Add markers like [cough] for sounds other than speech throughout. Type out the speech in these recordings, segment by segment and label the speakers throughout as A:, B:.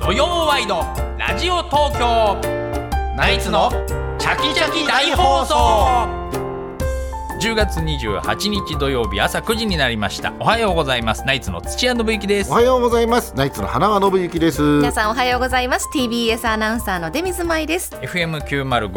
A: イのラジオ東京ナイツのチャキチャキ大放送10月28日土曜日朝9時になりましたおはようございますナイツの土屋信之です
B: おはようございます。ナイツの花輪信之です。
C: 皆さんおはようございます TBS アナウンサーの出水舞です
A: FM905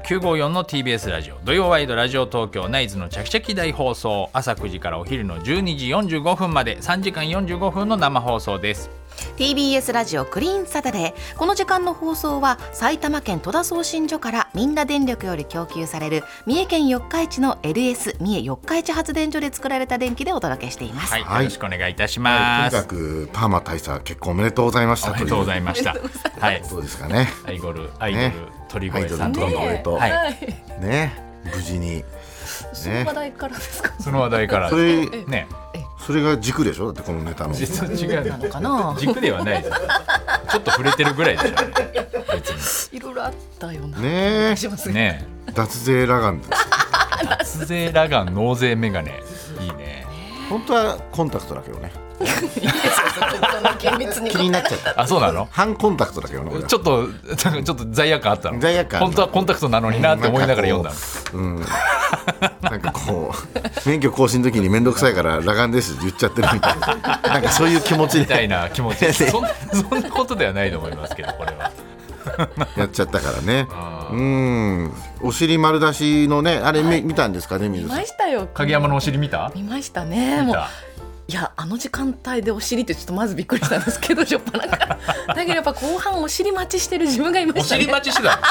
A: AM954 の TBS ラジオ土曜ワイドラジオ東京ナイツのチャキチャキ大放送朝9時からお昼の12時45分まで3時間45分の生放送です
C: TBS ラジオクリーンサタデーこの時間の放送は埼玉県戸田送信所からみんな電力より供給される三重県四日市の LS 三重四日市発電所で作られた電気でお届けしています、
A: はい、
B: はい
A: よろしくお願いいたし
B: と
A: ま
B: に
A: す、
B: かくパーマ大佐結婚おめでとうございまし
A: [laughs]
B: た
A: おめでとうござい
B: ま
A: ましたはい
B: す。どうですかね。
A: アイドルアイドル
B: ね
A: 鳥越さんと
B: アイドル
A: の
B: 鳥越と
A: はい
B: ね、無事に。ね、
C: 題からですか
A: その話題から
B: それ
A: ね
B: それが軸でしょ。だってこのネタの。
A: 実は違う
C: なのかな
A: 軸ではないですちょっと触れてるぐらいでし
C: いろいろあったような
B: ね、
A: ょね
B: 脱税ラガンです。
A: 脱税ラガン納税メガネいいね
B: 本当はコンタクトだけどね。
C: 厳密に
B: 気になっちゃった。
A: あそうなの
B: 半コンタクトだけどね。俺は
A: ちょっと、 [laughs] なんかちょっと罪悪感あったの。
B: 罪悪感ある
A: 本当はコンタクトなのになって思いながら読んだの。
B: うん。なんかこう免許更新の時に面倒くさいからラガンですって言っちゃってるみたいな。なんかそういう気持ち
A: みたい
B: で
A: な気
B: [laughs]
A: 持ちでそんそんなことではないと思いますけど、これは。
B: やっちゃったからね。うん。お尻丸出しのね、あれ見見たんですかね、水
C: 見
B: さん
C: ま。したよ
A: 影山のお尻見た
C: 見ましたね
A: 見
C: もう
A: た。
C: いやあの時間帯でお尻ってちょっとまずびっくりしたんです [laughs] けどしょっぱなからだけどやっぱ後半お尻待ちしてる自分がいま
A: お
C: したね
A: 尻待ちしてたの。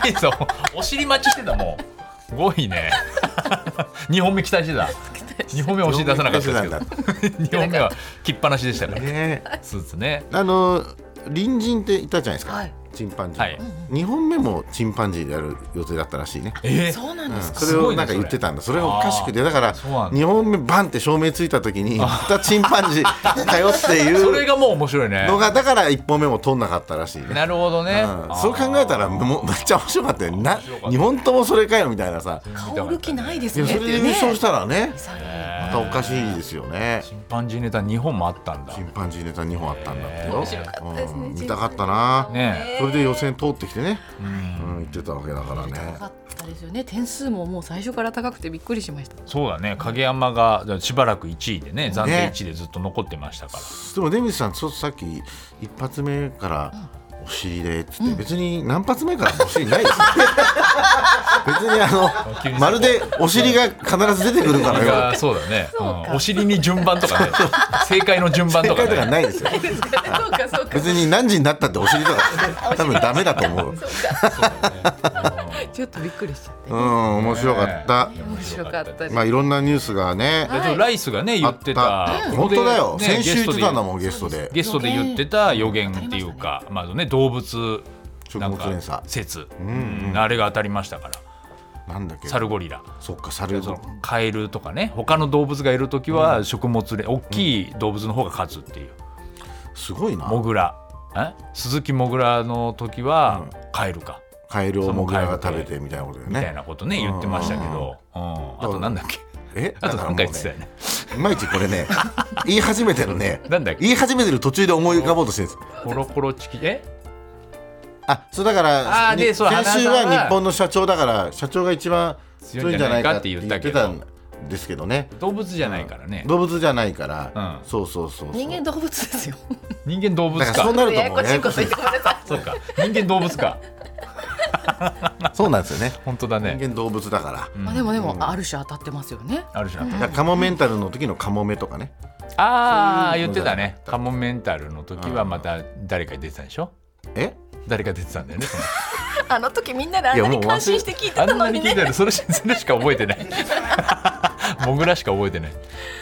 A: テリーさん、お尻待ちしてたもん。すごいね。2本目期待してた。2本目はお尻出さなかったですけど、2本目は着っぱなしでした
B: [laughs]
A: から。
B: ね
A: スーツね。
B: あの隣人っていたじゃないですか、
C: はい
B: チンパンジー、
A: はい。
B: 2本目もチンパンジーでやる予定だったらしいね、
A: えー
C: そうなんですか、
B: それをなんか言ってたんだそれがおかしくてだから
A: そうなんだ
B: 2本目バンって照明ついた時にまたチンパンジーだよっ
A: [laughs]
B: て
A: それ
B: いう
A: がもう面白いね
B: の。がだから1本目も取んなかったらしいね、
A: なるほどね
B: うん。そう考えたらもうめっちゃ面白かったよな
A: 面白かった
B: 2本ともそれかよみたいなさ
C: 顔売る気ないで
B: い
C: す
B: や
C: ね
B: それで優勝したらね
C: た、
B: またおかしいですよね
A: チンパンジーネタ2本もあったんだ
B: チ。ンパンジーネタ2本あったんだってよ、
A: 面白か
C: ったですね
B: うん見たかったな、
A: ね
B: それで予選通ってきてね、うん、言ってたわけだからね
C: 良かったですよね点数ももう最初から高くてびっくりしました
A: そうだね影山がじゃあしばらく1位でね暫定1位でずっと残ってましたから、
B: でも出水さんちょっとさっき一発目からお尻でっつって、別に何発目からもお尻ないですよ [laughs] 別にあ
A: 急に
B: のまるでお尻が必ず出てくるから
A: それ
B: よ
A: がそうだね
C: そうか
A: うんお尻に順番とかね正解の順番と
B: 正
A: か
B: 解とか
A: ね
B: ないですよ
C: ですかね [laughs] そうかそうか
B: 別に何時になったってお尻とか多分ダメだと思ううん
C: ちょっとびっくりしちゃって、
B: 面白かった、
A: ね
C: 面白かったです、
B: まあいろんなニュースがね
C: はい
A: でライスがね言
B: あ
A: っ
B: ってた
A: た
B: 本当だよ、
A: ここでね
B: 先週言ってたんだ
A: ゲストで
B: もんゲストで
A: ゲストで言ってた予言っていうかまあね動物な
B: 食
A: ん
B: 物連
A: か
B: 鎖
A: 説、
B: ん
A: うんあれが当たりましたから
B: なんだっけ
A: サルゴリラ
B: そっか猿
A: そのカエルとかね他の動物がいる時は食物連大きい動物の方が勝つっていう
B: すごいな
A: モグラえ鈴木モグラの時は
B: う
A: カエルか、
B: カエルをモグラが食べてみたいなことだよ
A: みたい
B: ね。
A: なことね言ってましたけど、うんあとなんだっけ
B: え
A: あとなんか言ってたよ
B: ね、
A: ね
B: いまいちこれね、 [laughs] 言い始めてるね、
A: なんだっけ
B: 言い始めてる途中で思い浮かぼうとしてるんです。
A: コロコロチキえ
B: あ、そうだか
A: あ
B: ら、
A: ー
B: に
A: で
B: 先
A: そう
B: 週
A: 花
B: は
A: 田は
B: 日本の社長だから、社長が一番強いんじゃないかって言ってたんですけどね。
A: 動物じゃないからね、
B: 動物じゃないから、
A: うん
B: そうそうそうそう。
C: 人間動物ですよ
A: 人間動物
B: だ
A: か
B: からそうなると
C: やや
B: もう
C: こし
B: や
C: い
B: や
C: こ
B: ことし
C: 言っ
B: い
C: て。くださ
A: そうか人間動物か
B: そうなんですよね。
A: 本当だね
B: 人間動物だから。
C: い、まあ、でもでも、ある種当たってますよね
A: あるじゃん
B: だからカモメンタルの時のカモメとかね。
A: ああ
B: そうい
A: 言っ
B: うの
A: て
B: じゃなかった
A: たねカモメンタルの時はまた誰か出てたでしょ
B: え？
A: 誰か出てたんだよねその
C: [laughs] あの時みんなであん
B: いや
C: な
B: もう
C: に
B: 忘れ
C: 感心して聞いて
A: あ
C: た
A: ん
C: の
A: なに
C: に
A: 聞い
C: ね
A: たのそれしそれしか覚えてない
C: [laughs]
A: モグラしか覚えてない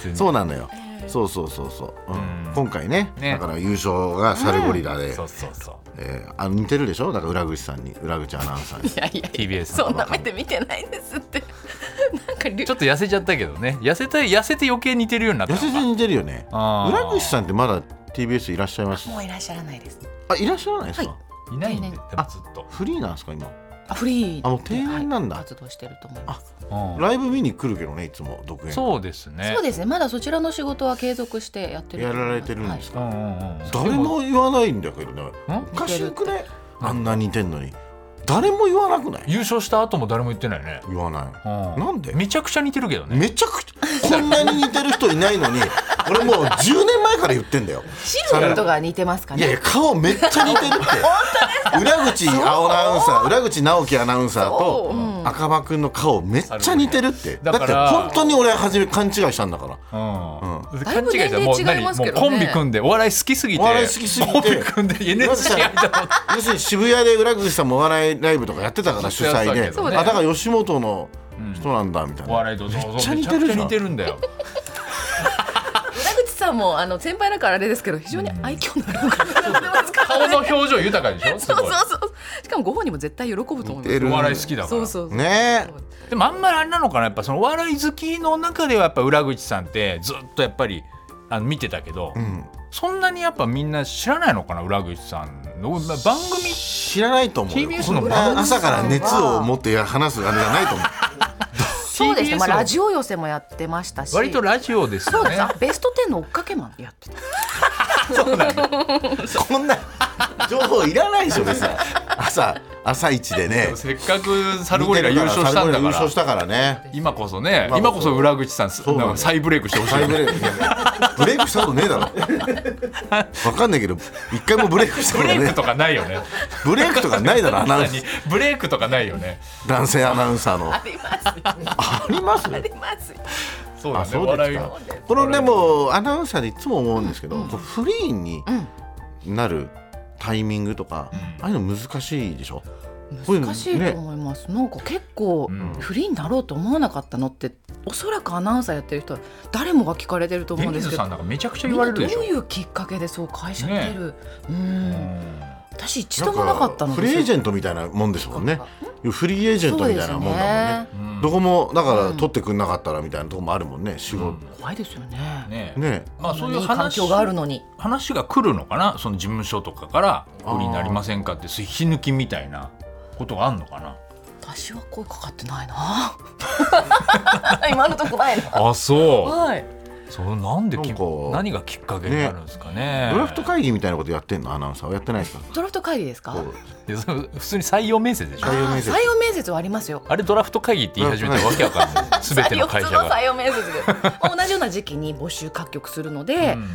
A: 全然
B: そうなのよ。そうそうそうそう。うん今回ね、
A: ね
B: だから優勝がサルゴリラで。
A: そうそうそう
B: えー、あの似てるでしょだから裏口さんに裏口アナウンサーに
C: [laughs] いやいや
A: TBS
C: そんな目で見てないですって [laughs] なんかりゅ
A: ちょっと痩せちゃったけどね痩せた痩せて余計似てるようになった
B: 痩
A: のか
B: せに似てるよね
A: あー
B: 裏口さんってまだ TBS いらっしゃいます
C: もういらっしゃらないです
B: あいらっしゃらないですか、
C: はい
A: いないんで多分ずっと
B: フリーなんですか今
C: あフリーで
B: あもう定年なんだ
C: はい活動してると思います
A: うん、
B: ライブ見に来るけどねいつも独演会
A: そうですね
C: そうですねまだそちらの仕事は継続してやってると
B: や
C: 思
B: ら
C: います
B: れてるんで
A: う
B: す
A: ん
B: か、
A: うんうん、
B: 誰も言わないんだけどね
A: ん
B: おかしくねあんな似てんのに誰も言わなくない
A: 優勝した後も誰も言ってないね、
B: 言わない
A: うん
B: なんで
A: めちゃくちゃ似てるけどね
B: めちゃくちゃこんなに似てる人いないのに [laughs] 俺もう10年前から言ってんだよ
C: シルエットが似てますか
B: いやい
C: ね
B: や顔めっちゃ似てるって裏口青アナウンサー裏口直樹アナウンサーと
C: そううん
B: 赤羽くんの顔めっちゃ似てるってだ
A: だから
B: って本当に俺初め勘違いしたんだから
A: うん、
C: だいぶ年齢
A: もう
C: 違います
A: も
C: け
A: う
C: どね
A: コンビ組んでお笑い好きすぎて
B: お笑い好きすぎて
A: コンビ組んで NSC やりたの
B: [laughs] 要するに渋谷で裏口さんもお笑いライブとかやってたから主
A: や
B: 催
A: ってた
B: で、
A: けど
C: ね
B: あだから吉本の人なんだみたい
A: お
B: な、
A: 笑いとそうそうめ
B: めっちゃ似てるじゃん
A: ちゃくちゃ似てるんだよ
C: 裏口さんもあの先輩だからあれですけど非常に愛嬌のある方でございますから
A: 顔の表情豊かでしょす
C: [laughs] そう
A: ごい
C: そうそうしかもご本人も絶対喜ぶと思いま
B: 似
C: す
B: てる
A: お笑い好きだか
C: そう
A: ら
C: そうそう
B: ねえ
A: でもあんまりあれなのかなやっぱそのお笑い好きの中ではやっぱ裏口さんってずっとやっぱりあの見てたけど、
B: ん
A: そんなにやっぱみんな知らないのかな裏口さんのまあ番組
B: 知らないと思うよ
A: TBS
B: こんな朝から熱を持って話すあれじゃないと思う
C: そうですね、まあ、
A: TBS の
C: ラジオ寄せもやってましたし
A: 割とラジオです
C: そ
A: よ
C: うで
A: ね
C: す、あベスト10の追っかけマンやってた
B: こんな情報いらないでしょ別に朝朝一でね
A: せっかくサルゴリラ優勝したんだ
B: サルゴリラ
A: から
B: 優勝したからね
A: 今こそね
B: 今
A: 今
B: こ
A: こ
B: そ
A: そ裏口さん
B: うなんだよ
A: なんか再ブレイクしてほしい
B: ブレイクブレイクしたことねえだろ分かんないけど一回もブレイクした
A: ブ
B: こと
A: レイ
B: ね
A: クとかないよね
B: えブレイクとかないだろアナウン
A: 何ブレイクとかないよね
B: 男性アナウンサーの
C: あります
B: あります
C: あります
A: そう
B: あ
A: だね
B: そうで
A: 笑
B: す
A: い
B: か
A: を
B: このでもアナウンサーでいつも思うんですけど、こうフリーになるタイミングとか、ああいうの難しいでしょこういうの
C: 難しいと思います、なんか結構
A: うん
C: フリーになろうと思わなかったのっておそらくアナウンサーやってる人は誰もが聞かれてると思
A: デ
C: うん
A: ニ
C: で
A: ー
C: す
A: ズ
C: け
A: さ
C: ど
A: んなんかめちゃくちゃ
C: みん
A: 言わ
C: な
A: れる
C: どう
A: でしょ
C: いうきっかけでそう会社に出る、うん私一度も
B: な
C: なんかったの
B: フリーエージ
C: ェン
B: ェントみたいなもんですもんねフリーエージェントみたいなもんだもんね
A: うんうん
B: どこもだから取ってくんなかったらみたいなとこもあるもんね仕事、
C: 怖いですよね
A: ね
B: ね
A: まあそういう
C: 環
A: 話
C: 境があるのに
A: 話が来るのかなその事務所とかから「不利になりませんか?」って引き抜きみたいなことがあるのかな
C: 私は声かかってないな [laughs] 今のとこないな
A: あそ
C: はい、
A: うそれなんでき
B: なんか
A: 何がきっかけになるんですかね
B: ドラフト会議みたいなことやってんのアナウンサーはやってないですか
C: ドラフト会議ですか
B: こう
A: でその普通に採用面接でしょ
B: 採用面接
C: 採用面接はありますよ
A: あれドラフト会議って言い始めたらわけわかんない全ての会社
C: 採用普通の
A: が
C: 採。用面接で同じような時期に募集各局するので、
A: うん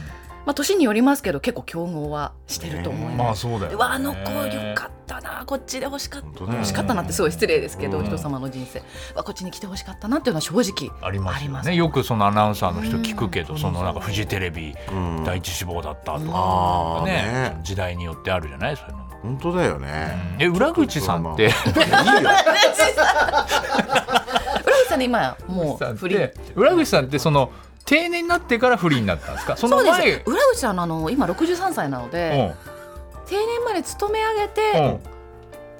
C: まあ年によりますけど結構競合はしてると思い
A: ま
C: ま
A: あ
C: す、
A: そうだよ、
C: う
A: ね。
C: わあの子よかったなこっちで欲しかっ
B: 本
C: た
B: 当だよね
C: 欲しかったなってすごい失礼ですけど、
B: うん
C: 人様の人生わこっちに来て欲しかったなっていうのは正直
A: ありますよ
C: あ
A: ね。よくそのアナウンサーの人聞くけど、
C: うん
A: そのなんかフジテレビ
B: うん
A: 第一志望だったとか、
B: ああね
A: ね時代によってあるじゃないそういうの。
B: 本当だよね、
A: え裏口さんって
B: いいよ
C: 浦口さんね今もうフリー
A: 裏口さんってその定年になってからフリーになったんですか。そ
C: そ
A: の
C: うです
A: 前
C: よ浦口さんあの今63歳なので、定年まで勤め上げ
A: うんう
C: て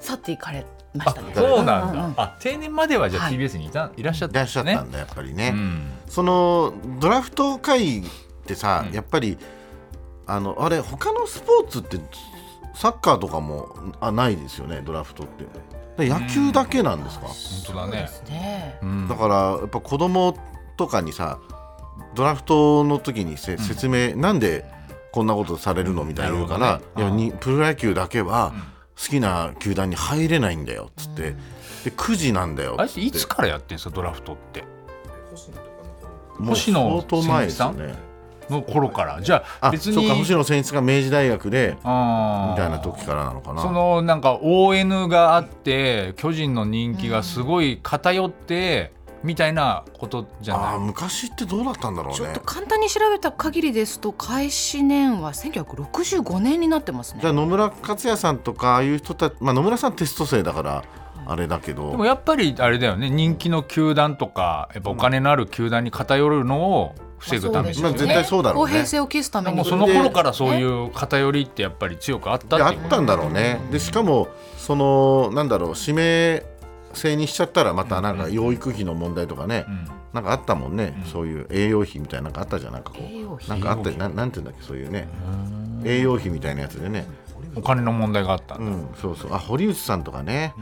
A: ん、
C: 去っていかれま
A: あ
C: したね
A: そうなんだ。
C: うう
A: あ定年まではじゃあ
C: はい
A: TBS にいた、い、らっしゃっ
B: い
A: た
B: ら
A: ん
B: っ
A: で
B: しゃ
A: す
B: っ
A: ね。
B: たんだやっぱりね、
A: うん
B: そのドラフト会議ってさ、
A: うん
B: やっぱりあのあれ他のスポーツってサッカーとかもあないですよねドラフトってで野球だけなんですか、
A: 本当だね
C: そうですね
A: うん
B: だからやっぱ子供とかにさドラフトの時にせ説明、なんでこんなことされるのみたいなのから、
A: なるほどね
B: いやにプロ野球だけは好きな球団に入れないんだよっつって、で9時なんだよ
A: あ
B: っ
A: い
B: つっ
A: つ
B: て
A: いつからやってんですかドラフトって
B: もう
A: 星野
B: 相当前ですよ
A: 千
B: ね
A: の頃からじゃあ
B: あ
A: 別
B: 別
A: に
B: そうか星野選出が明治大学で
A: あー
B: みたいな時からなのかな
A: そのなんか ON があって巨人の人気がすごい偏って、みたいなことじゃ
B: あ
A: な
B: ー
A: い
B: 昔ってどうだったんだろう
C: ちょっ
B: ね
C: と簡単に調べた限りですと開始年は1965年になってますね
B: じゃあ野村克也さんとかああいう人たち、まあ、野村さんテスト生だからあれだけど
A: でもやっぱりあれだよね人気の球団とかやっぱお金のある球団に偏るのを防ぐために、
B: まあ絶対そうだろうね
C: 公平性を期すために
A: もうその頃からそういう偏りってやっぱり強くあった
B: で
A: っ
B: あ
A: て
B: っ
A: いうこと
B: たんだろうね。でしかもそのなんだろう指名制にしちゃったらまたなんか養育費の問題とかね、
A: うん
B: なんかあったもんね、そういう栄養費みたいななんかあったじゃんなんかこ
C: 栄養費
B: うなんかあったななんていうんだっけそういうね栄養費みたいなやつでね、
A: お金の問題があったん
B: う
A: だ、
B: ん、そうそうあ堀内さんとかね、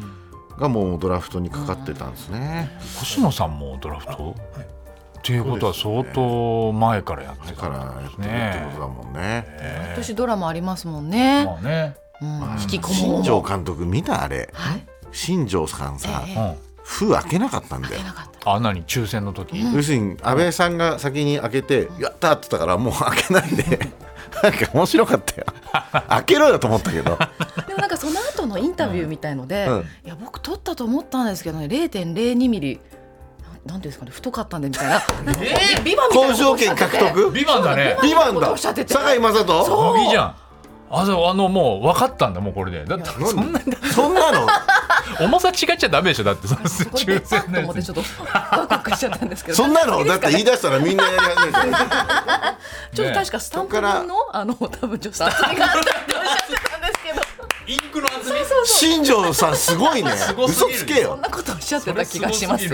B: がもうドラフトにかかってたんですね。
A: 星野さんもドラフトっていうことは
B: そう
A: 相
B: ですね
A: 当前からやって
B: だ
A: た
B: から
A: ん
B: や
A: で
B: っ
A: す
B: てるって
A: ね
B: こと。だもんね。
C: 今年ドラマありますもんね。
A: まあね、
C: うん
B: まあ
C: 引きこも
B: 新
C: も
B: 庄監督見たあれ。
C: はい。
B: 新庄さんさ
C: え、
A: うん、
B: 封開けなかったんだよ
C: 出。なかった。
A: あ、何抽選の時、
B: 要するに安倍さんが先に開けて「やった!」って言ったからもう開けないで [laughs] なんか面白
A: [laughs]
B: かったよ開けろよと思ったけど
C: でもなんかその後のインタビューみたいので、
B: うん
C: いや僕撮ったと思ったんですけどね、0.02ミリなんなんていうんですかね、太かったんでみたいな。えビバみたい
B: 交
C: な
B: 渉
C: こと
B: 権獲得
A: ビバンだね。
B: ビバン
C: ことお
B: だ
C: っしゃって
B: 堺
C: て
B: 雅人
A: 乃木じゃん。あそうあのもう分かったんだもうこれでだってそんなに
B: そんなの
A: 重さ違っちゃダメでしょだってその
C: すごい
A: 抽
C: 出た
A: 選
C: と思
A: の
C: って
A: や
C: ち
A: つ
C: ょっとワクワクしちゃったんですけど。
B: そんなのだって言い出したらみんなやり始めて
C: [laughs] ちょっと確かスタンプ分のあの多分女子たちがあったっておっしゃってたんですけど、
A: インクの厚み
B: 新庄さんすごいね
A: すごす
B: 嘘
A: ぎる
B: つけ
C: そん
B: よ
C: なことおっしゃってた気がしますよ。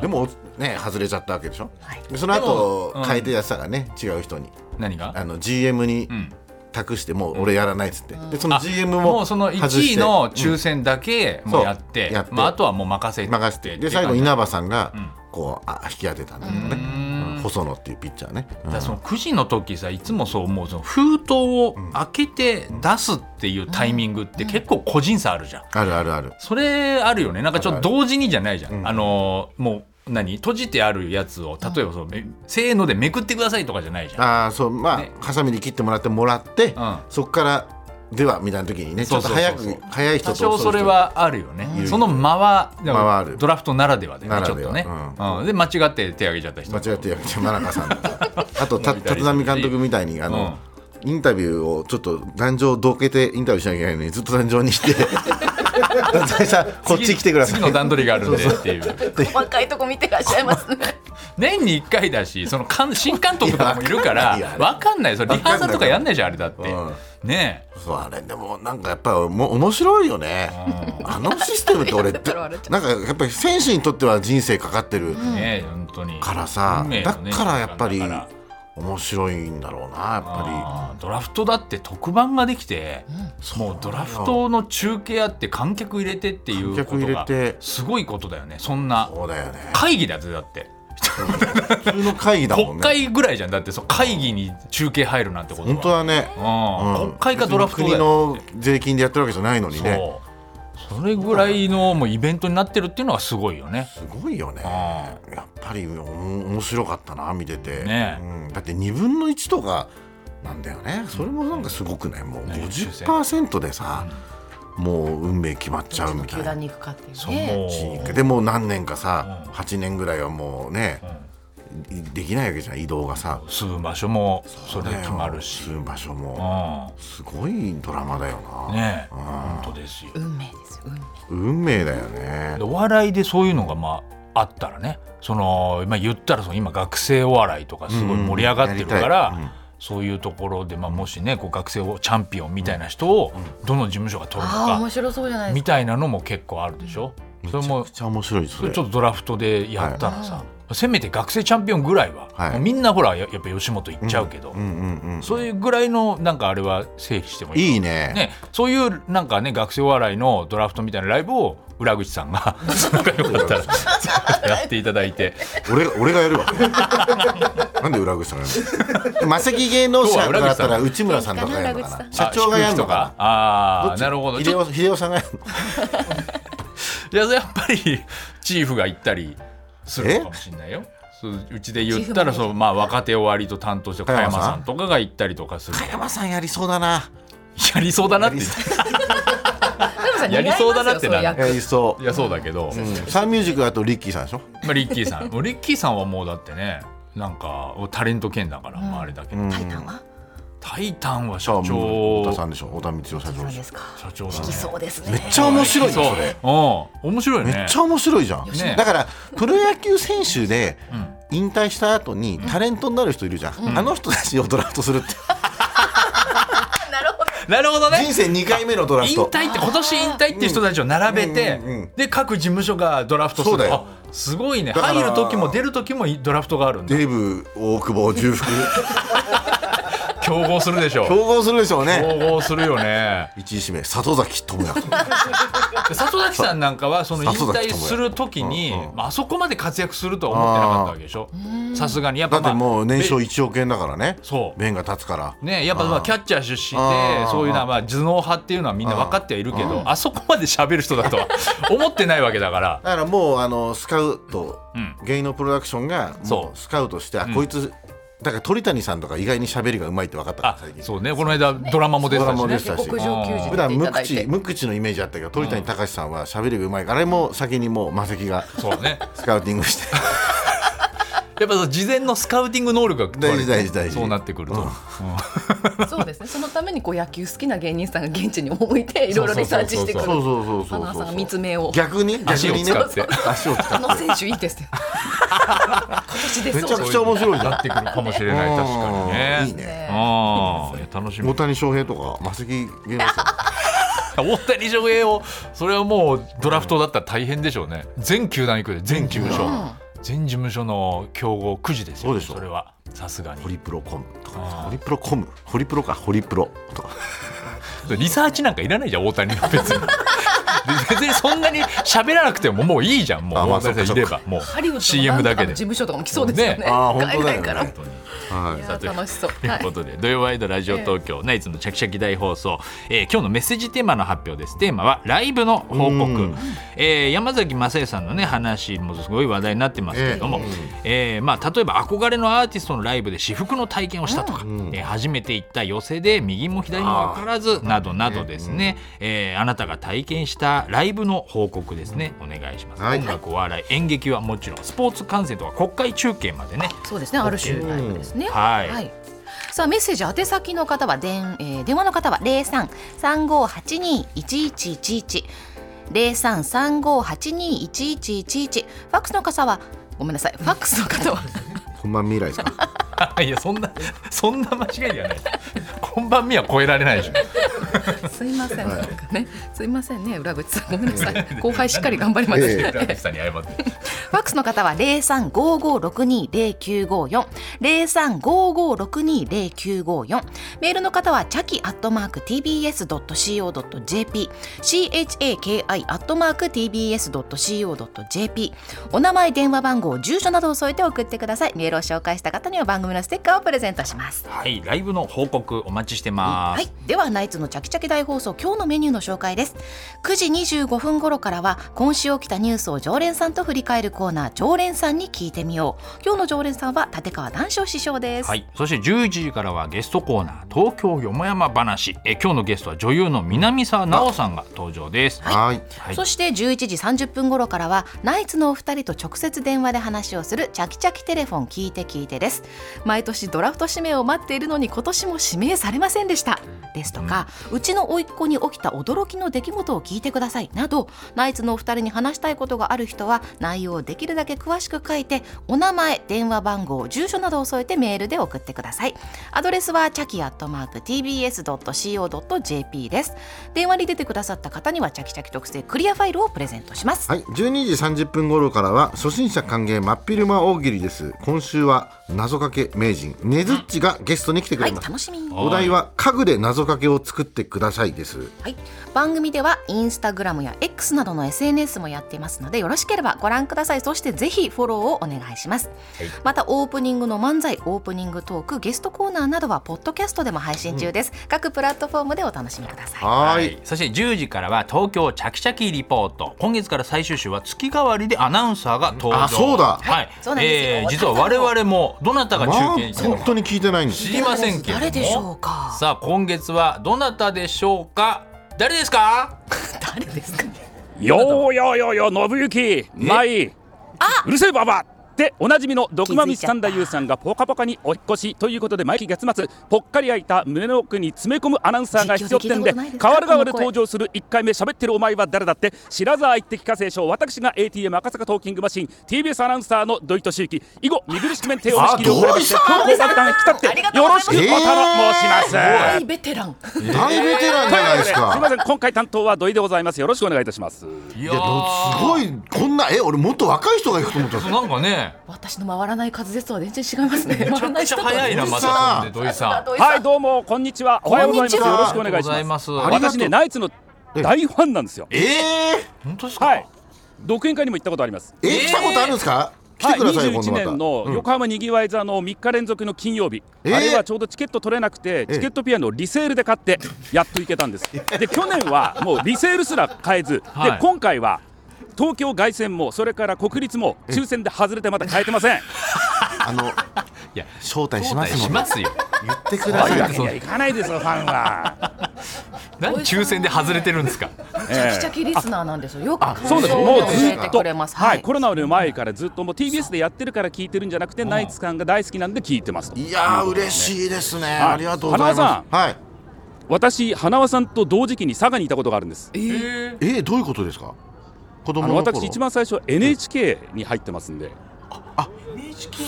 B: でもね外れちゃったわけでしょ、でその後
A: でもうん
B: 変えてやってたからね違う人に
A: 何が
B: あの GM に
A: ん
B: 託してもう俺やらないっつって、でその
A: あ
B: GM も
A: もうその
B: 外
A: 1
B: して
A: 位の抽選だけもう
B: そう
A: やって,、
B: やって
A: まあ、あとはもう任せて
B: 任せて
A: ってい
B: で
A: う感
B: 最
A: じ
B: 後稲葉さんが
A: ん
B: こうあ引き当てたんだよ
A: う
B: ね、
A: ん
B: うん細野っていうピッチャーね、うん
A: だからそのくじの時さいつもそう思うその封筒を開けて出すっていうタイミングって結構個人差あるじゃん。
B: あるあるある
A: それあるよねなんかちょっと同時にじゃないじゃん。
B: うん
A: あのーもう何閉じてあるやつを例えばそう、めせーのでめくってくださいとかじゃないじゃん。
B: ああそうまあ、
A: ね
B: ハサミで切ってもらってもらって、
A: うん
B: そこからではみたいな時にねち
A: そ
B: ょ
A: う
B: っと
A: そうそう
B: 早
A: そう
B: く早い人と
A: 多少それはあるよね
B: う。ん
A: その間はだから
B: 間はある
A: ドラフトならではで、ね、
B: なら
A: ちょ
B: では
A: っとね、
B: う
A: うんで間違って手挙げちゃった人
B: 間違ってやめちゃう真中
A: [laughs]
B: さんとかあとた
A: もう左
B: 立浪監督みたいにあの、インタビューをちょっと壇上どけてインタビューしなきゃいけないのにずっと壇上
A: [laughs]
B: にして立浪さんこっち来てください
A: 次の段取りがあるんでっていう
C: 細かいとこ見てらっしゃいますね。
A: 年に1回だしその
B: [laughs]
A: 監新監督とかもいるか
B: いやわか
A: ら
B: んないよあれ
A: 分かんないそれリハーサルとかやんないじゃんあれだって
B: うん
A: ね
B: そうあれでもなんかやっぱりも面白いよねあのシステムっ
A: [laughs]
B: て俺ってなんかやっぱり選手にとっては人生かかってる
A: えねえ本当に
B: からさ、
A: 運命
B: だ
A: のね
B: からやっぱり
A: だから
B: 面白いんだろうなやっぱ
A: あードラフトだって特番ができて
B: り
A: もうドラフトの中継あって観客入れてっていうこと
B: 観客
A: が
B: 入れて
A: すごいことだよねそんな
B: そうだよね
A: 会議だぜだって
B: 普通の会議だもん
A: 国
B: ね
A: 会ぐらいじゃんだってそう会議に中継入るなんてことは
B: 本当はね、
A: うん
B: うん
A: 国会かドラフトだ
B: 別に
A: よ
B: 国の税金でやってるわけじゃないのにね
A: そうそれぐらいのもうイベントになってるっていうのがすごいよね
B: すごいよねや
A: う
B: っぱりお面白かったな見てて、
A: ね
B: うん、だって2分の1とかなんだよねそれもなんかすごくねもう
A: ね
B: 50%でさ、もう運命決まっちゃうみたい
C: 球
B: な
C: 団。に行くかっていう
A: そう
C: ね。
A: も
B: 地域
A: う
B: でもう何年かさ、
A: うん
B: 8年ぐらいはもうね、いできないわけじゃん移動がさ
A: 住む場所もそれで決まるし
B: ね住む場所
A: う
B: も
A: ん
B: すごいドラマだよな、
A: ねえ
B: うん
A: 本当ですよ
C: 運命ですよ。運命。
B: 運命だよね
A: でお笑いでそういうのがまああったらねその、まあ、言ったらその今学生お笑いとかすごい盛り上がってるから、
B: うんやりたいうん
A: そういうところで、まあ、もしねこう学生をチャンピオンみたいな人をどの事務所が取るの
C: ああ
A: か
C: 面白そうじゃないで
A: み
C: すか。
A: たいなのも結構あるでしょ。それも
B: めちゃくちゃ面白いそ
A: それ
B: れ
A: ちょっとドラフトでやったらさ、
C: は
A: せめて学生チャンピオンぐらいは、
B: はい
A: もうみんなほらややっぱ吉本行っちゃうけど、
B: うんうんうん
A: そういうぐらいのなんかあれは整理してもいい
B: いいね
A: ね、そういうなんかね学生お笑いのドラフトみたいなライブを裏口さんがなんかよかったらやっていただいて
B: 俺が俺がやるわなんで裏口さんがやるの魔石芸能者だったら内村さんとかやるのか
C: 裏
B: な
C: 口
B: 社長がやるのかな
A: あ
B: ど
A: あー
B: っち
A: なるほどち
B: 秀
A: ょ
B: 夫秀夫さんがやるの
A: じゃあやっぱりチーフが行ったりするのかもしれないよ。そううちで言ったら
C: チーフマネージャー
A: そう、まあ、若手を割と担当して加
B: 加
A: 山
B: 山さん
A: さんとかが行ったりとかする
B: 山さんやりそうだな
A: やりそうだなって言って
C: でもさ
A: やりそうだなってな
C: 似合いますよ
B: やりそう
A: いやそうだけど、
B: うんサンミュージックだとリッキーさんでしょ
A: まあ、リッキーさん [laughs] もうリッキーさんはもうだってねなんかタレント兼だから、まあ、あれだけど、
C: そういう役タイタンは
A: タイタンは社
B: 社
A: 長
B: 長太田さんでしょ太田光代社
C: そう
B: 長でし
C: で
B: ょ
C: すか。
A: 社長だ
C: 好
A: ね
C: きそうですね。
B: めっちゃ面白いねそ
A: そう
B: れ
A: うん面白いね
B: めっちゃ面白いじゃん、
A: ね
B: だからプロ野球選手で
A: ん
B: 引退した後にタレントになる人いるじゃん、あの人たちをドラフトするって
C: なるほど。
A: なるほどね
B: 人生2回目のドラフ
A: 引
B: ト
A: 退って今年引退っていう人たちを並べて、
B: うんうんうんうん
A: で各事務所がドラフトす
B: そ
A: る
B: うだよ
A: あすごいね
B: だから
A: 入る時も出る時もドラフトがあるんだ
B: デブ大久保重複
A: 競合するでしょ
B: 競合するでしょうね
A: 競合するよね
B: 一位指名里崎智也
A: で里崎さんなんかはその引
B: 里崎
A: 退する時に
B: うんうん
A: まああそこまで活躍するとは思ってなかったわけでしょさすがにやっぱ、
B: だっ
A: まあ、
B: てもう年
A: [laughs]
B: 商
A: べ
B: 1億円だからね
A: そう
B: 弁が立つから
A: ねやっぱまあキャッチャー出身
B: あ
A: で
B: ー
A: そういうのはまあ頭脳派っていうのはみんな分かってはいるけ
B: う
A: どあそこまで喋る人だと
B: [laughs]
A: は思ってないわけだから。
B: だからもうあのスカウト、
A: うん
B: 芸能プロダクションが
A: そ
B: も
A: う
B: うスカウトして、あ
A: うん
B: こいつだから鳥谷さんとか意外に喋りがうまいって分かったか
A: あ
B: ら最近
A: そうねこの間ドラマも出てた
B: ドラマ
A: し
B: も
A: ね
B: 出てたし
D: 極上球児
B: 普
D: 出
B: 段
D: てい
B: 無
D: ただい
B: 口
D: て
B: 無口のイメージあったけど鳥谷隆さんは喋りがうまいからあれも先にもう魔石が
A: そうね
B: スカウティングして
A: やっぱその事前のスカウティング能力が問われて
B: 大事大事大事
A: そうなってくると、うん
D: そうですねそのためにこう野球好きな芸人さんが現地に赴いていろいろリサーチしてく
B: そ
D: る
B: うそうそうそ
D: ア
B: う
D: ナウンサー
B: そ
D: が
B: う
D: 見つめを
B: 逆に逆
A: 足を
B: にね
A: 使って
B: 足を使
D: あ
B: って
D: の選手いいですよ今年出
B: めちゃ
D: そう
B: く
D: で
B: ちゃ面白いじゃん
A: なってくるかもしれない確かにね
B: うんいい
D: す
B: ね
D: ね
A: ああ楽しみ
B: 大谷翔平とか魔石芸能さ
A: 大谷翔平をそれはもうドラフトだったら大変でしょうね全球団行くで全事務所、
D: うん
A: 全事務所の競合9時ですよ
B: そうでしょ
A: れはさすがに
B: んホリプロコムとか
A: あー
B: ホリプロコムホリプロかホリプロとか
A: リサーチなんかいらないじゃん大谷の別
D: [laughs]
A: に別にそんなに喋らなくてももういいじゃんもう
B: あまあ
A: 大谷さんいればも
D: ハリウッド
A: う
D: の
A: CM だ
D: な
A: け
D: んかの
A: で
D: 事務所とかも来そうですよね
A: ね
B: あー本当だよね
D: 海外からい
A: 本当に
B: はい
D: やー楽しそう
A: ということで、土曜ワイドラジオ東京、ナイツのチャキチャキ大放送、えー今日のメッセージテーマの発表ですテーマはライブの報
B: うん
A: 告、えー山崎雅也さんのね話もすごい話題になってますけれども、
B: え
A: えーまあ、例えば憧れのアーティストのライブで私服の体験をしたとか、
B: ん
A: えー初めて行った寄席で右も左も分からずなどなどですね、えーあなたが体験したライブの報告ですねお願いします、
B: はい
A: 音楽お笑い演劇はもちろんスポーツ観戦とか国会中継までね
D: そうですねある種ライブですね、
A: はい
C: さあメッセージ宛先の方は電、えー電話の方は零三三五八二一一一一零三三五八二一一一一ファックスの方はごめん
D: [laughs]
C: なさいファックスの方は
B: 本番未来さ
A: [laughs]
B: ん
A: いやそんなそんな間違いではないこんばんみは超えられないでしょ
D: すいません、なんかね、すいませんね、裏口さん、ごめんなさい、後輩しっかり頑張りました。
B: ええ
A: ラミさんに謝って
C: ファックスの方は零三五五六二零九五四零三五五六二零九五四メールの方はチャキアットマーク tbs ドット co ドット jp c h a k i アットマーク tbs ドット co ドット jp お名前電話番号住所などを添えて送ってくださいメールを紹介した方には番組のステッカーをプレゼントします
A: はいライブの報告お待ちしてます、
C: はい、ではナイツのチャキチャキ大放送今日のメニューの紹介です9時25分頃からは今週起きたニュースを常連さんと振り返るコーナー常連さんに聞いてみよう今日の常連さんは立川談笑師匠です、
A: はい、そして11時からはゲストコーナー「東京よもやま話」え今日のゲストは女優の南沢奈央さんが登場です。
B: はい
A: はい
C: そして11時30分頃からはナイツのお二人と直接電話で話をするチャキチャキテレフォン聞いて聞いてです毎年ドラフト指名を待っているのに今年も指名されませんでしたですとか、うちの甥っ子に起きた驚きの出来事を聞いてくださいなどナイツのお二人に話したいことがある人は内容をできるだけ詳しく書いてお名前電話番号住所などを添えてメールで送ってくださいアドレスはチャキアットマーク TBS.CO.jp です電話に出てくださった方にはチャキチャキ特製クリアファイルをプレゼントします、
B: はい、12時30分頃からは初心者歓迎真っ昼間大喜利です今週は謎かけ名人ねずっちがゲストに来てく
C: は
B: れ
C: い、
B: ます、
C: 楽しみ
B: お題は家具で謎かけを作ってくださいです
C: はい、番組ではインスタグラムや X などの SNS もやっていますのでよろしければご覧くださいそしてぜひフォローをお願いします、
A: はい
C: またオープニングの漫才オープニングトークゲストコーナーなどはポッドキャストでも配信中です、各プラットフォームでお楽しみください
B: はーい
A: そして10時からは東京チャキチャキリポート今月から最終週は月替わりでアナウンサーが登場
B: あそうだ
A: はい
C: そうなんですよ
A: えー実は我々もどなたが
B: まあ
A: 中継に来るの
B: 本
A: か
B: 当に聞いてないんです
A: 知りませんけれども
C: 誰でしょうか
A: さあ今月はどなたでしょうか誰ですか
D: 誰ですか。
E: よーよーよーよー信行舞うるせえばばでおなじみの毒まみサンダユウさんがぽかぽかにお引っ越しということで毎期月末ぽっかり開いた胸の奥に詰め込むアナウンサーが必要ってん
C: 実
E: で
C: 況で聞いたことないですか
E: 代わる代わる
C: この声
E: 登場する1回目喋ってるお前は誰だって白沢一滴化成賞私が ATM 赤坂トーキングマシン TBS アナウンサーの土井敏行以後身苦しき面帝を仕切りを
B: あ
E: くれまして
B: 土井
E: 高校爆弾来たって
C: ありがとうござい
E: よろ
C: ま
E: し
C: す
E: くお頼申します、
D: 大ベテラン。
B: 大ベテラン
E: と
B: じゃないいうで
E: こ
B: す
E: とですみま
B: か
E: せん今回担当は土井でございますよろしくお願いいたします
A: い
B: い
A: や
B: やでもすご
A: い
B: いこんなえ俺もっと若い人がいくと思ったんです
A: なんかね
D: 私の回らない数ですとは全然違いますね。
A: めちゃくちゃ早いな
B: 土
A: ま
B: 井さん
A: た土井さん
D: 土井さん
E: はい、どうも、こんにちは。おはようございます。よろしくお願いします。
A: おはようございます
B: ありが
E: 私
B: とう
E: ね、ナイツの。大ファンなんですよ
B: ええ本当ですか、
E: はい独演会にも行ったことあります
B: えー、来たことあるんですか、来てくださいよ、今
E: はい、21
B: 度また
E: 年の
B: うん
E: 横浜にぎわい座の3日連続の金曜日、
B: えー
E: あれはちょうどチケット取れなくて、
B: え
E: チケットピアノをリセールで買って、やっと行けたんです。で、去年はもうリセールすら買えず、
A: は
E: で
A: い
E: 今回は東京凱旋も、それから国立も、抽選で外れてまた買えてません。
B: あの
A: いや
B: 招待します
A: し
B: ので
A: ますよ
B: 言ってください
A: は
B: よ
A: い
E: いや、行かないですよ、ファン [laughs] は。
A: なんで抽選で外れてるんですか
C: チャキチャキリスナーなんですよ。よく感
E: そうです
C: 想を
E: もう
C: 教
E: ず
C: え
E: ってと、
C: くれます。
E: はいコロナの前からずっともう TBS でやってるから聞いてるんじゃなくて、ナイツさんが大好きなんで聞いてますと
B: いやー嬉しいですね、ありがとうござい
E: 花
B: ますはい
E: 私花輪さんと同時期に佐賀にいたことがあるんです
B: えー、どういうことですか子
E: あ
B: 供の
E: の
B: 頃
E: 私一番最初 NHK に入ってますんで、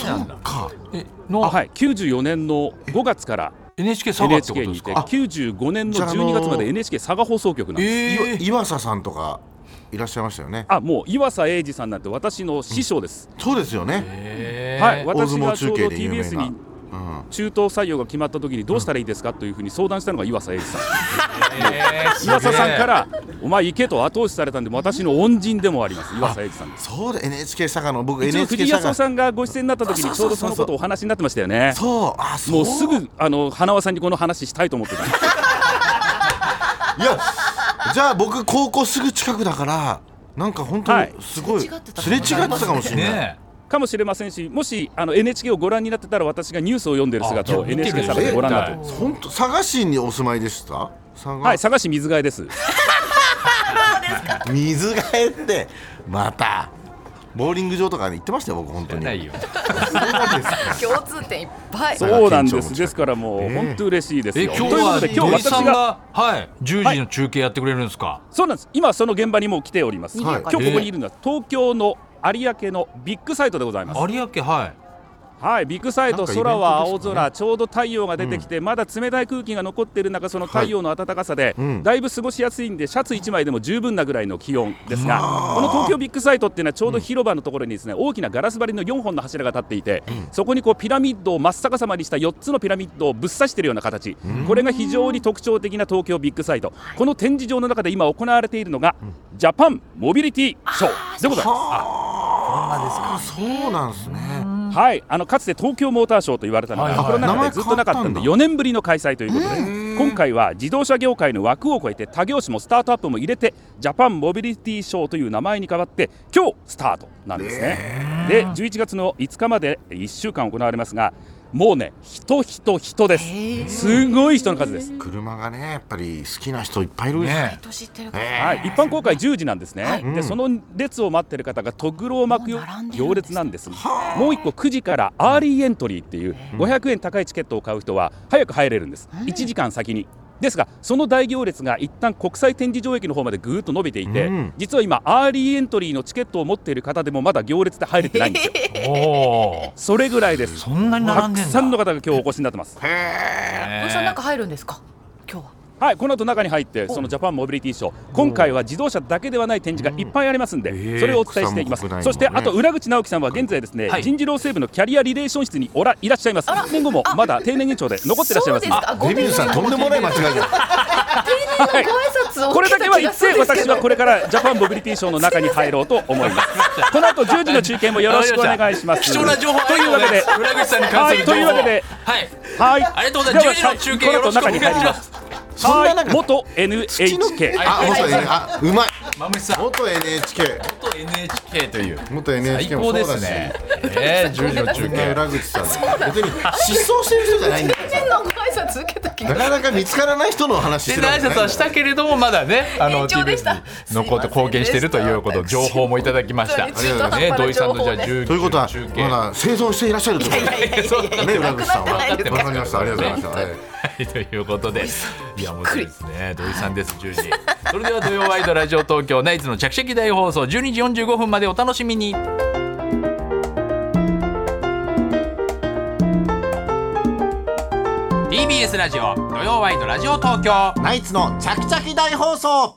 A: なんだ
B: か
A: え
E: あ
A: の
E: はい、94年の5月から
A: NHK 佐賀ってこ
E: NHK
A: とで
E: にい
A: す
E: て
A: か
E: 95年の
B: じゃああのー
E: 12月まで NHK 佐賀放送局なんです、
B: いわ
A: えー
B: 岩佐さんとかいらっしゃいましたよね
E: あもう岩佐英二さんなんて私の師匠です、
B: そうですよね、
A: えー
E: はい、
B: 大
E: 私
B: 相撲
E: がちょ
B: 中
E: うど
B: 継で有名
E: TBS
B: な、う
E: に
B: ん、
E: 中東採用が決まった時にどうしたらいいですかというふうに相談したのが岩佐英二さん、
A: えーすげえ
E: 岩佐さんから「お前行け」と後押しされたんで私の恩人でもあります岩佐英二さんです
B: そうだ NHK 佐賀の僕
E: 一応
B: NHK
E: 藤井
B: 佐
E: 康
B: 賀
E: 夫さんがご出演になった時にちょうどそのことをお話になってましたよね
B: そうあそう
E: もうすぐあの花輪さんにこの話したいと思ってた
B: いや、じゃあ僕高校すぐ近くだから、なんか本当
E: はい
B: にすごい、
C: すれ違ってた
B: すれ違ってたかもしれない。
A: ねえ
E: かもしれませんし、もしあの NHK をご覧になってたら、私がニュースを読んでる姿
A: あ
E: を
A: じゃあ見てくだ
E: NHK さん
A: さい
E: でご覧になってる。
A: 絶
B: 本当佐賀市にお住まいでした？佐賀、
E: はい、佐賀市水替えです。
B: 水がえってまたボーリング場とかに行ってましたよ僕本当に。
A: ないよ
D: 共通点いっぱい
B: う
E: そうなん
B: 佐賀県
E: で
B: 庁も近
E: す。
B: い
E: ですからもう
B: ええ
E: 本当嬉しいです
A: え
E: よ。
A: 今日
E: というこ
A: は
E: とで今日
A: 森さ
E: 私
A: ん
E: が
A: がはい10時の中継やってくれるんですか
E: そうなんです。今その現場にもう来ております。
B: は
E: 今
B: い
E: 日ここにいるのは東京の有明のビッグサイトでございます。
A: 有明はい
E: はい、ビッグサイ
B: なん
E: ト、
B: かイベント
E: 空は青
B: ですかね
E: 空、ちょうど太陽が出てきて、まだ冷たい空気が残っている中、その太陽の暖かさで、
B: うん
E: だいぶ過ごしやすいんで、シャツ1枚でも十分なぐらいの気温ですが、この東京ビッグサイトっていうのは、ちょうど広場のところにですね、大きなガラス張りの4本の柱が立っていて、そこにこうピラミッドを真っ逆さまにした4つのピラミッドをぶっ刺しているような形、これが非常に特徴的な東京ビッグサイト、この展示場の中で今行われているのが、ジャパンモビリティショーでございます。
B: はあ、そうなんですね。
E: はい、あのかつて東京モーターショーと言われたの
A: はい
E: が、
A: はい
E: コロナ禍でずっとなかったん
B: 名
E: で、
B: 前変わ
E: 4年ぶりの開催ということで、今回は自動車業界の枠を超えて、他業種もスタートアップも入れて、ジャパンモビリティショーという名前に変わって、今日スタートなんですね。で、11月の5日まで1週間行われますが、もうね、人、人、人です。すごい人の数です。
B: 車がねやっぱり好きな人いっぱいいる。
A: ねえ
C: 知ってる
B: ええ
E: はい、一般公開10時なんですね、
C: はい
E: でその列を待ってる方がトグロを巻くよ
C: もう並んでるんですね
E: 行列なんですもう1個9時からアーリーエントリーっていう500円高いチケットを買う人は早く入れるんです、1時間先に。ですがその大行列が一旦国際展示場駅の方までぐーっと伸びていて、
B: うん
E: 実は今アーリーエントリーのチケットを持っている方でもまだ行列で入れてないんですよ
A: おー
E: それぐらいです
A: そんなに並んでんだ
E: たくさんの方が今日お越しになってます
C: おじさん中入るんですか今日は
E: はい、この後中に入って、そのジャパンモビリティショー、今回は自動車だけではない展示がいっぱいありますんで、
A: うん
E: それをお伝えしていきます。
B: えー国産も国内もね
E: そして、あと裏口直樹さんは現在ですね、
A: はい
E: 人事労政部のキャリアリレーション室におらいらっしゃいます。年後もまだ定年延長で残ってらっしゃいます。
C: そうですか
B: デビューさんとんでもない間違いだよ。
C: 丁寧なご挨拶を
E: これ
C: 受け
E: だ
C: た
E: けは
C: 気
E: 言
C: が
E: っ
C: する
E: て
C: んですけ
E: 私
C: ど
E: はこれからジャパンモビリティショーの中に入ろうと思い
A: [laughs]
E: ますこの後10時の中継もよろしくお願いします
A: 貴重な情報あ
E: と
A: り
E: い
A: がと
E: うわ
A: うござ
E: け
A: います
E: で
A: 裏口さんに関する情報
E: はいというわけで
A: はい
E: はい
A: ありがとうございます
E: では
A: 10時の中継よろしくお願いします
B: そん
E: は
B: ない中
E: 元 NHK
B: あ、元 N あ、うまい。
A: まむしさん
B: 元 NHK、
A: と NHK という
B: 元 NHK
A: 最
B: もそ
A: 高
B: うだ
A: で
B: し。
A: すねえー10時の中
B: みんな
A: [laughs] 継
B: 裏口さん、別に失踪してる人じゃないんだよ。
D: 丁寧なご挨拶受けた気が
B: なかなか見つからない人の話
A: で
B: してるわけ
A: 挨
B: じゃない
A: 拶はしたけれどもまだねあの
D: 延長でした
A: TBS に残って貢献しているということ情報もいただきました
D: 本当に中途半端な
A: ね土井さんとじゃ
D: 情報
A: あ
D: で
A: 10
B: ということは
A: 時の中継
B: まだ生存していらっしゃるということですね
A: そう
B: 裏口さんは
A: なくなってないですか
B: わかりましたありがとうございましたはい
A: はい、ということで、いや、面白いですね。土井さんです、10時。それでは土曜ワイドラジオ東京ナイツの着席大放送、12時45分までお楽しみに。TBS ラジオ土曜ワイドラジオ東京
B: ナイツのチャキチャキ大放送